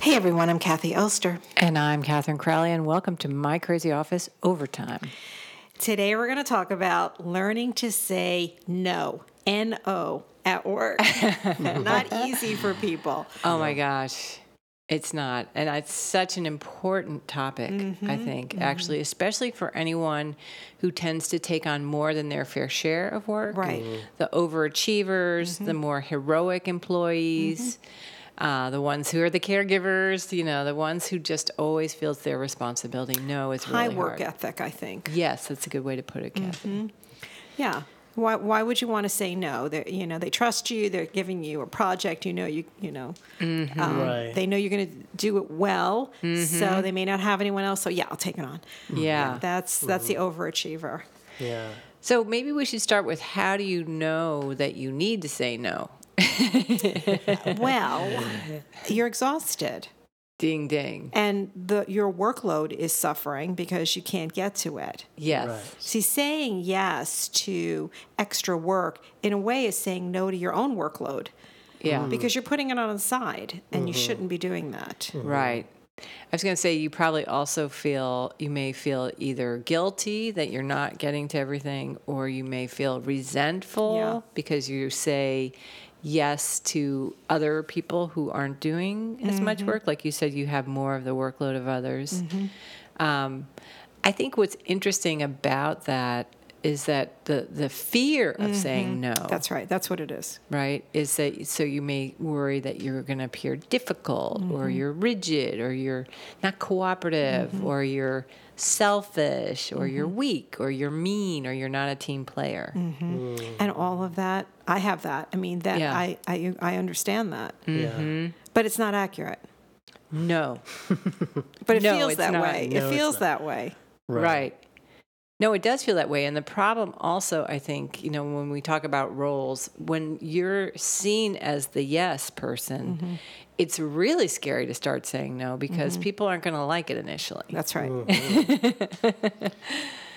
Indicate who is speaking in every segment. Speaker 1: Hey everyone, I'm Kathy Elster.
Speaker 2: And I'm Catherine Crowley, and welcome to My Crazy Office Overtime.
Speaker 1: Today we're going to talk about learning to say no, N O, at work. Not easy for people.
Speaker 2: Oh my gosh, it's not. And it's such an important topic, I think, actually, especially for anyone who tends to take on more than their fair share of work.
Speaker 1: Right. Mhm.
Speaker 2: The overachievers, the more heroic employees. Uh, the ones who are the caregivers, you know, the ones who just always feels their responsibility. No, it's really
Speaker 1: High work
Speaker 2: hard.
Speaker 1: ethic, I think.
Speaker 2: Yes, that's a good way to put it, Kathy.
Speaker 1: Yeah. Why, why would you want to say no? They, you know, they trust you. They're giving you a project. You know, you you know, um,
Speaker 3: Right.
Speaker 1: they know you're going to do it well. So they may not have anyone else. So yeah, I'll take it on.
Speaker 2: Yeah.
Speaker 1: That's that's the overachiever.
Speaker 3: Yeah.
Speaker 2: So maybe we should start with how do you know that you need to say no?
Speaker 1: Well, you're exhausted.
Speaker 2: Ding ding.
Speaker 1: and the your workload is suffering because you can't get to it.
Speaker 2: Yes.
Speaker 1: See, saying yes to extra work in a way is saying no to your own workload
Speaker 2: Yeah.
Speaker 3: Mm-hmm.
Speaker 1: because you're putting it on the side and you shouldn't be doing that.
Speaker 3: Mm-hmm.
Speaker 2: Right. I was going to say you probably also feel you may feel either guilty that you're not getting to everything or you may feel resentful
Speaker 1: Yeah.
Speaker 2: because you say yes to other people who aren't doing as much
Speaker 1: Mm-hmm.
Speaker 2: work like you said you have more of the workload of others.
Speaker 1: Mm-hmm.
Speaker 2: Um, I think what's interesting about that is that the the fear of saying no
Speaker 1: Mm-hmm. That's right. That's what it is.
Speaker 2: right is that so you may worry that you're going to appear difficult
Speaker 3: Mm-hmm.
Speaker 2: or you're rigid or you're not cooperative or you're selfish or
Speaker 3: Mm-hmm.
Speaker 2: you're weak or you're mean or you're not a team player
Speaker 1: And all of that, I have that. I mean, that
Speaker 2: Yeah. Mm-hmm.
Speaker 1: I, I I understand that,
Speaker 3: Yeah.
Speaker 1: but it's not accurate.
Speaker 3: Mm-hmm.
Speaker 2: no
Speaker 1: But it
Speaker 2: No,
Speaker 1: feels
Speaker 2: it's
Speaker 1: that
Speaker 2: not.
Speaker 1: way.
Speaker 3: No,
Speaker 1: it
Speaker 3: it's
Speaker 1: feels
Speaker 3: not.
Speaker 1: that way.
Speaker 2: Right. No, it does feel that way. And the problem also, I think, you know, when we talk about roles, when you're seen as the yes person,
Speaker 3: Mm-hmm.
Speaker 2: it's really scary to start saying no because people aren't going to like it initially.
Speaker 1: That's right.
Speaker 3: Mm-hmm.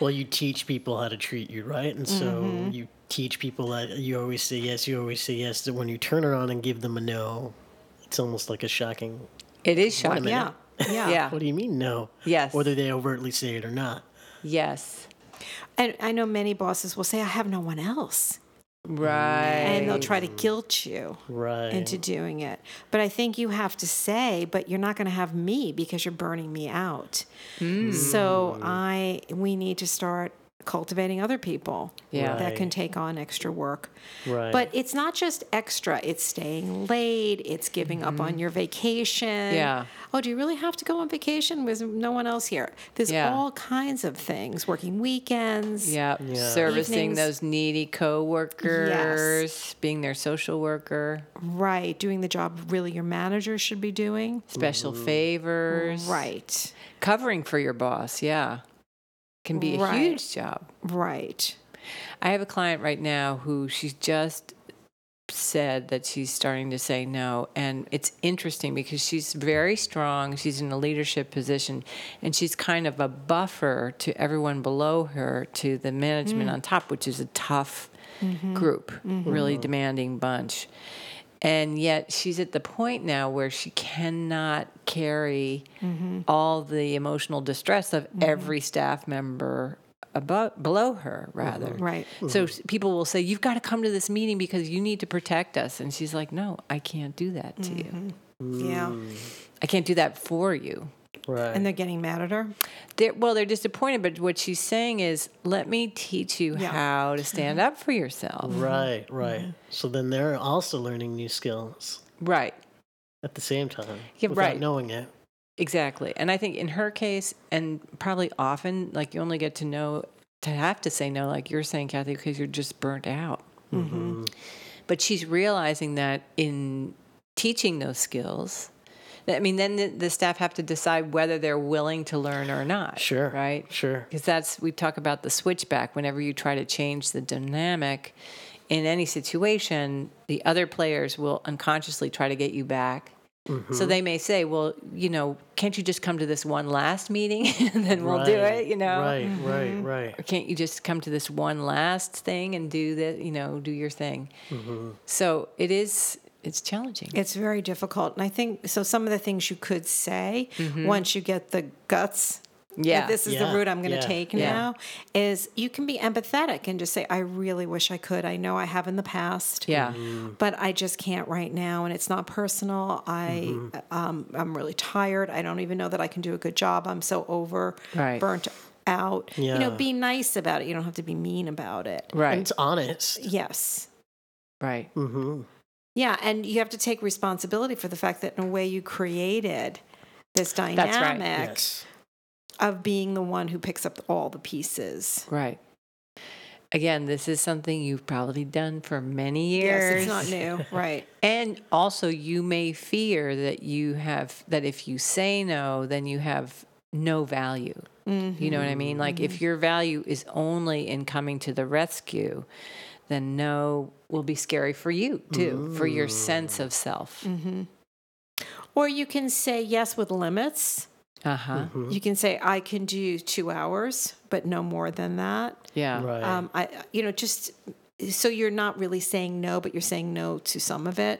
Speaker 3: Well, you teach people how to treat you, right? And so
Speaker 2: Mm-hmm.
Speaker 3: you teach people that you always say yes, you always say yes. That when you turn around and give them a no, it's almost like a shocking.
Speaker 2: It is shocking.
Speaker 1: Yeah. Yeah.
Speaker 2: Yeah.
Speaker 3: What do you mean no?
Speaker 2: Yes.
Speaker 3: Whether they overtly say it or not.
Speaker 2: Yes.
Speaker 1: And I know many bosses will say, I have no one else.
Speaker 2: Right.
Speaker 1: And they'll try to guilt you.
Speaker 3: Right.
Speaker 1: into doing it. But I think you have to say, but you're not going to have me because you're burning me out.
Speaker 2: Hmm.
Speaker 1: So I we need to start cultivating other people
Speaker 2: Yeah.
Speaker 1: that can
Speaker 3: Right.
Speaker 1: take on extra work.
Speaker 3: Right.
Speaker 1: But it's not just extra, it's staying late, it's giving up on your vacation.
Speaker 2: Mm-hmm. Yeah.
Speaker 1: Oh, do you really have to go on vacation with no one else here? There's
Speaker 2: Yeah.
Speaker 1: all kinds of things, working weekends.
Speaker 2: yeah. Servicing
Speaker 1: Evenings.
Speaker 2: those needy coworkers, being their social worker,
Speaker 1: Right, doing the job really your manager should be doing.
Speaker 2: special favors,
Speaker 1: Right.
Speaker 2: covering for your boss. Yeah. Can be a
Speaker 1: Right.
Speaker 2: huge job.
Speaker 1: Right.
Speaker 2: I have a client right now who she's just said that she's starting to say no. And it's interesting because she's very strong. She's in a leadership position and she's kind of a buffer to everyone below her, to the management on top, which is a tough group, really demanding bunch. And yet she's at the point now where she cannot carry all the emotional distress of every staff member above below her rather
Speaker 1: Right.
Speaker 2: so s- people will say, You've got to come to this meeting because you need to protect us. And she's like, No, I can't do that to you.
Speaker 1: Yeah.
Speaker 2: I can't do that for you.
Speaker 3: right.
Speaker 1: Mm. And they're getting mad at her.
Speaker 2: They're, well, they're disappointed, but what she's saying is, Let me teach you
Speaker 1: Yeah.
Speaker 2: how to stand up for yourself.
Speaker 3: right. Right. So then they're also learning new skills
Speaker 2: Right.
Speaker 3: at the same time.
Speaker 2: Yeah,
Speaker 3: without
Speaker 2: right.
Speaker 3: knowing it.
Speaker 2: Exactly. And I think in her case, and probably often, like you only get to know, to have to say no, like you're saying, Kathy, because you're just burnt out.
Speaker 3: Mm-hmm.
Speaker 2: But she's realizing that in teaching those skills, I mean, then the, the staff have to decide whether they're willing to learn or not.
Speaker 3: Sure.
Speaker 2: Right?
Speaker 3: Sure.
Speaker 2: Because that's, we talk about the switchback. Whenever you try to change the dynamic in any situation, the other players will unconsciously try to get you back.
Speaker 3: Mm-hmm.
Speaker 2: So they may say, well, you know, can't you just come to this one last meeting and then we'll do
Speaker 3: Right,
Speaker 2: it, you know?
Speaker 3: Right, right,
Speaker 1: Mm-hmm.
Speaker 3: right.
Speaker 2: Or can't you just come to this one last thing and do that, you know, do your thing? So it is, it's challenging.
Speaker 1: It's very difficult. And I think so some of the things you could say once you get the guts that
Speaker 2: Mm-hmm. Yeah.
Speaker 1: this is
Speaker 3: Yeah,
Speaker 1: the route I'm going to
Speaker 3: yeah,
Speaker 1: take
Speaker 2: yeah.
Speaker 1: now. Is you can be empathetic and just say, I really wish I could. I know I have in the past.
Speaker 2: yeah.
Speaker 3: Mm.
Speaker 1: but I just can't right now, and it's not personal. I
Speaker 3: Mm-hmm.
Speaker 1: um, I'm really tired. I don't even know that I can do a good job. I'm so over
Speaker 2: Right.
Speaker 1: burnt out. You know,
Speaker 3: Yeah.
Speaker 1: be nice about it. You don't have to be mean about it.
Speaker 3: And
Speaker 2: Right.
Speaker 3: it's honest.
Speaker 1: Yes.
Speaker 2: Right.
Speaker 3: Mm-hmm.
Speaker 1: Yeah, and you have to take responsibility for the fact that in a way you created this
Speaker 2: right.
Speaker 1: dynamic
Speaker 3: Yes.
Speaker 1: of being the one who picks up all the pieces.
Speaker 2: Right. Again, this is something you've probably done for many
Speaker 1: Yes,
Speaker 2: years.
Speaker 1: it's not new, right?
Speaker 2: And also, you may fear that you have, that if you say no, then you have no value. You know what I mean? Like, if your value is only in coming to the rescue, then no will be scary for you too, for your sense of self.
Speaker 1: Mm-hmm. Or you can say yes with limits.
Speaker 2: Uh huh.
Speaker 3: Mm-hmm.
Speaker 1: You can say I can do two hours, but no more than that.
Speaker 2: Yeah.
Speaker 3: Right.
Speaker 1: Um, I, you know, just so you're not really saying no, but you're saying no to some of it.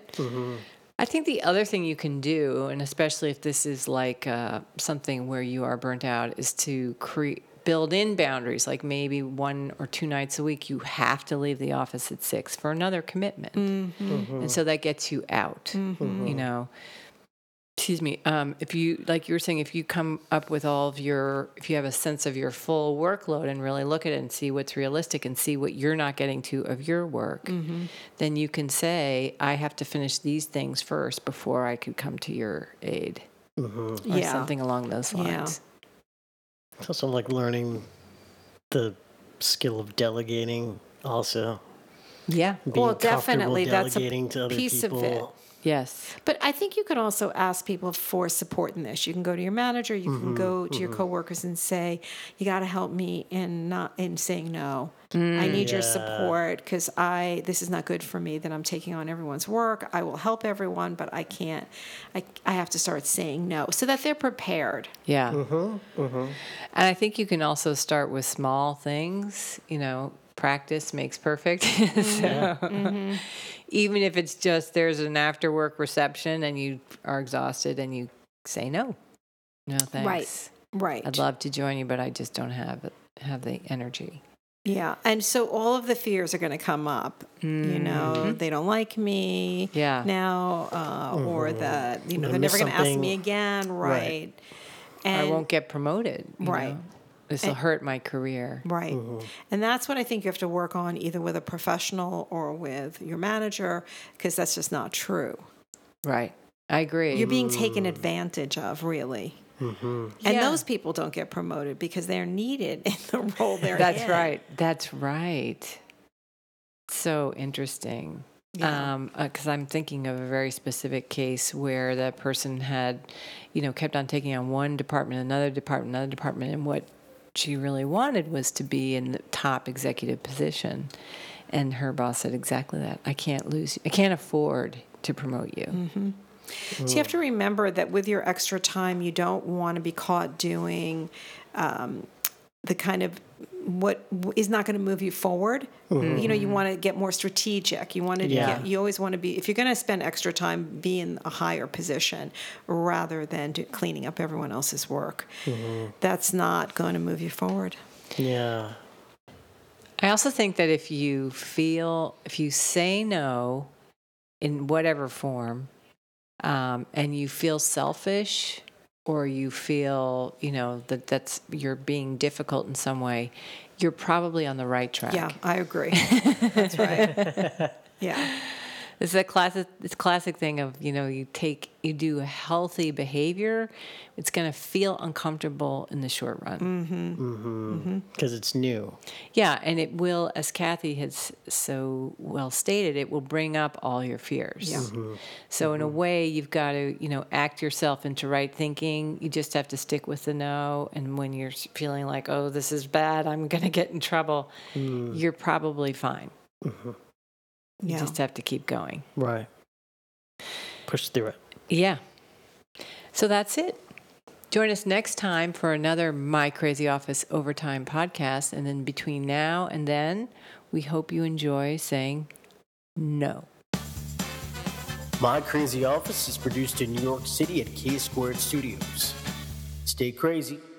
Speaker 2: I think the other thing you can do, and especially if this is like uh, something where you are burnt out, is to create build in boundaries. Like maybe one or two nights a week, you have to leave the office at six for another
Speaker 3: Mm-hmm.
Speaker 2: commitment,
Speaker 1: Mm. Mm-hmm.
Speaker 2: and so that gets you out. You know. Excuse me. Um, if you like, you were saying, if you come up with all of your, if you have a sense of your full workload and really look at it and see what's realistic and see what you're not getting to of your work,
Speaker 1: Mm.
Speaker 2: then you can say, I have to finish these things first before I could come to your aid
Speaker 3: Mm-hmm.
Speaker 2: or
Speaker 1: Mm-hmm. yeah.
Speaker 2: something along those
Speaker 1: Yeah.
Speaker 2: lines.
Speaker 3: It's also like learning the skill of delegating also.
Speaker 2: Yeah.
Speaker 3: Being
Speaker 1: Well, definitely,
Speaker 3: comfortable
Speaker 1: that's a
Speaker 3: delegating to other
Speaker 1: piece of
Speaker 3: people.
Speaker 1: it.
Speaker 2: Yes.
Speaker 1: But I think you could also ask people for support in this. You can go to your manager, you can go to your coworkers and say, "You got to help me in not in saying no.
Speaker 2: Mm.
Speaker 1: I need your
Speaker 3: Yeah.
Speaker 1: support because I this is not good for me that I'm taking on everyone's work. I will help everyone, but I can't. I I have to start saying no so that they're prepared.
Speaker 2: Yeah.
Speaker 1: Mm-hmm,
Speaker 2: And I think you can also start with small things, you know, practice makes perfect.
Speaker 1: Mm-hmm.
Speaker 2: so, even if it's just there's an after work reception and you are exhausted and you say no. No thanks.
Speaker 1: Right.
Speaker 2: I'd love to join you, but I just don't have have the energy.
Speaker 1: Yeah. And so all of the fears are going to come up. You know, they don't like me
Speaker 2: Yeah.
Speaker 1: now, uh, or that, you know,
Speaker 3: I
Speaker 1: they're
Speaker 3: missed
Speaker 1: never going to ask me
Speaker 3: something.
Speaker 1: again. Right.
Speaker 2: I
Speaker 1: And,
Speaker 2: won't get promoted. you
Speaker 1: Right. Eh
Speaker 2: know? This will hurt my career.
Speaker 1: Right. And that's what I think you have to work on either with a professional or with your manager, because that's just not true.
Speaker 2: Right. I agree.
Speaker 1: You're being taken advantage of, really.
Speaker 3: Mm-hmm.
Speaker 1: And
Speaker 2: Yeah.
Speaker 1: those people don't get promoted because they're needed in the role they're
Speaker 2: That's
Speaker 1: in.
Speaker 2: right. That's right. So interesting.
Speaker 1: Yeah.
Speaker 2: Um, because I'm thinking of a very specific case where that person had, you know, kept on taking on one department, another department, another department, and what she really wanted was to be in the top executive position. And her boss said exactly that. I can't lose. You. I can't afford to promote you.
Speaker 1: So you have to remember that with your extra time, you don't want to be caught doing um, the kind of what w- is not going to move you forward. You
Speaker 2: Mm-hmm.
Speaker 1: know, you want to get more strategic. You want to.
Speaker 3: Yeah.
Speaker 1: Get, you always want to be. If you're going to spend extra time, be in a higher position rather than do, cleaning up everyone else's work. That's not going to move you forward.
Speaker 3: Yeah.
Speaker 2: I also think that if you feel, if you say no in whatever form, um, and you feel selfish or you feel, you know, that that's you're being difficult in some way, you're probably on the right track.
Speaker 1: Yeah, I agree. That's right. Yeah.
Speaker 2: It's that classic, it's classic thing of you know you take you do a healthy behavior, it's going to feel uncomfortable in the short run.
Speaker 3: because it's new.
Speaker 2: Yeah, and it will, as Kathy has so well stated, it will bring up all your fears.
Speaker 1: Yeah.
Speaker 2: So in a way, you've got to, you know, act yourself into right thinking. You just have to stick with the no. And when you're feeling like, oh, this is bad, I'm going to get in trouble, you're probably fine. You
Speaker 1: Yeah.
Speaker 2: just have to keep going.
Speaker 3: Right. Push through it.
Speaker 2: Yeah. So that's it. Join us next time for another My Crazy Office Overtime podcast. And then between now and then, we hope you enjoy saying no.
Speaker 3: My Crazy Office is produced in New York City at K Squared Studios. Stay crazy.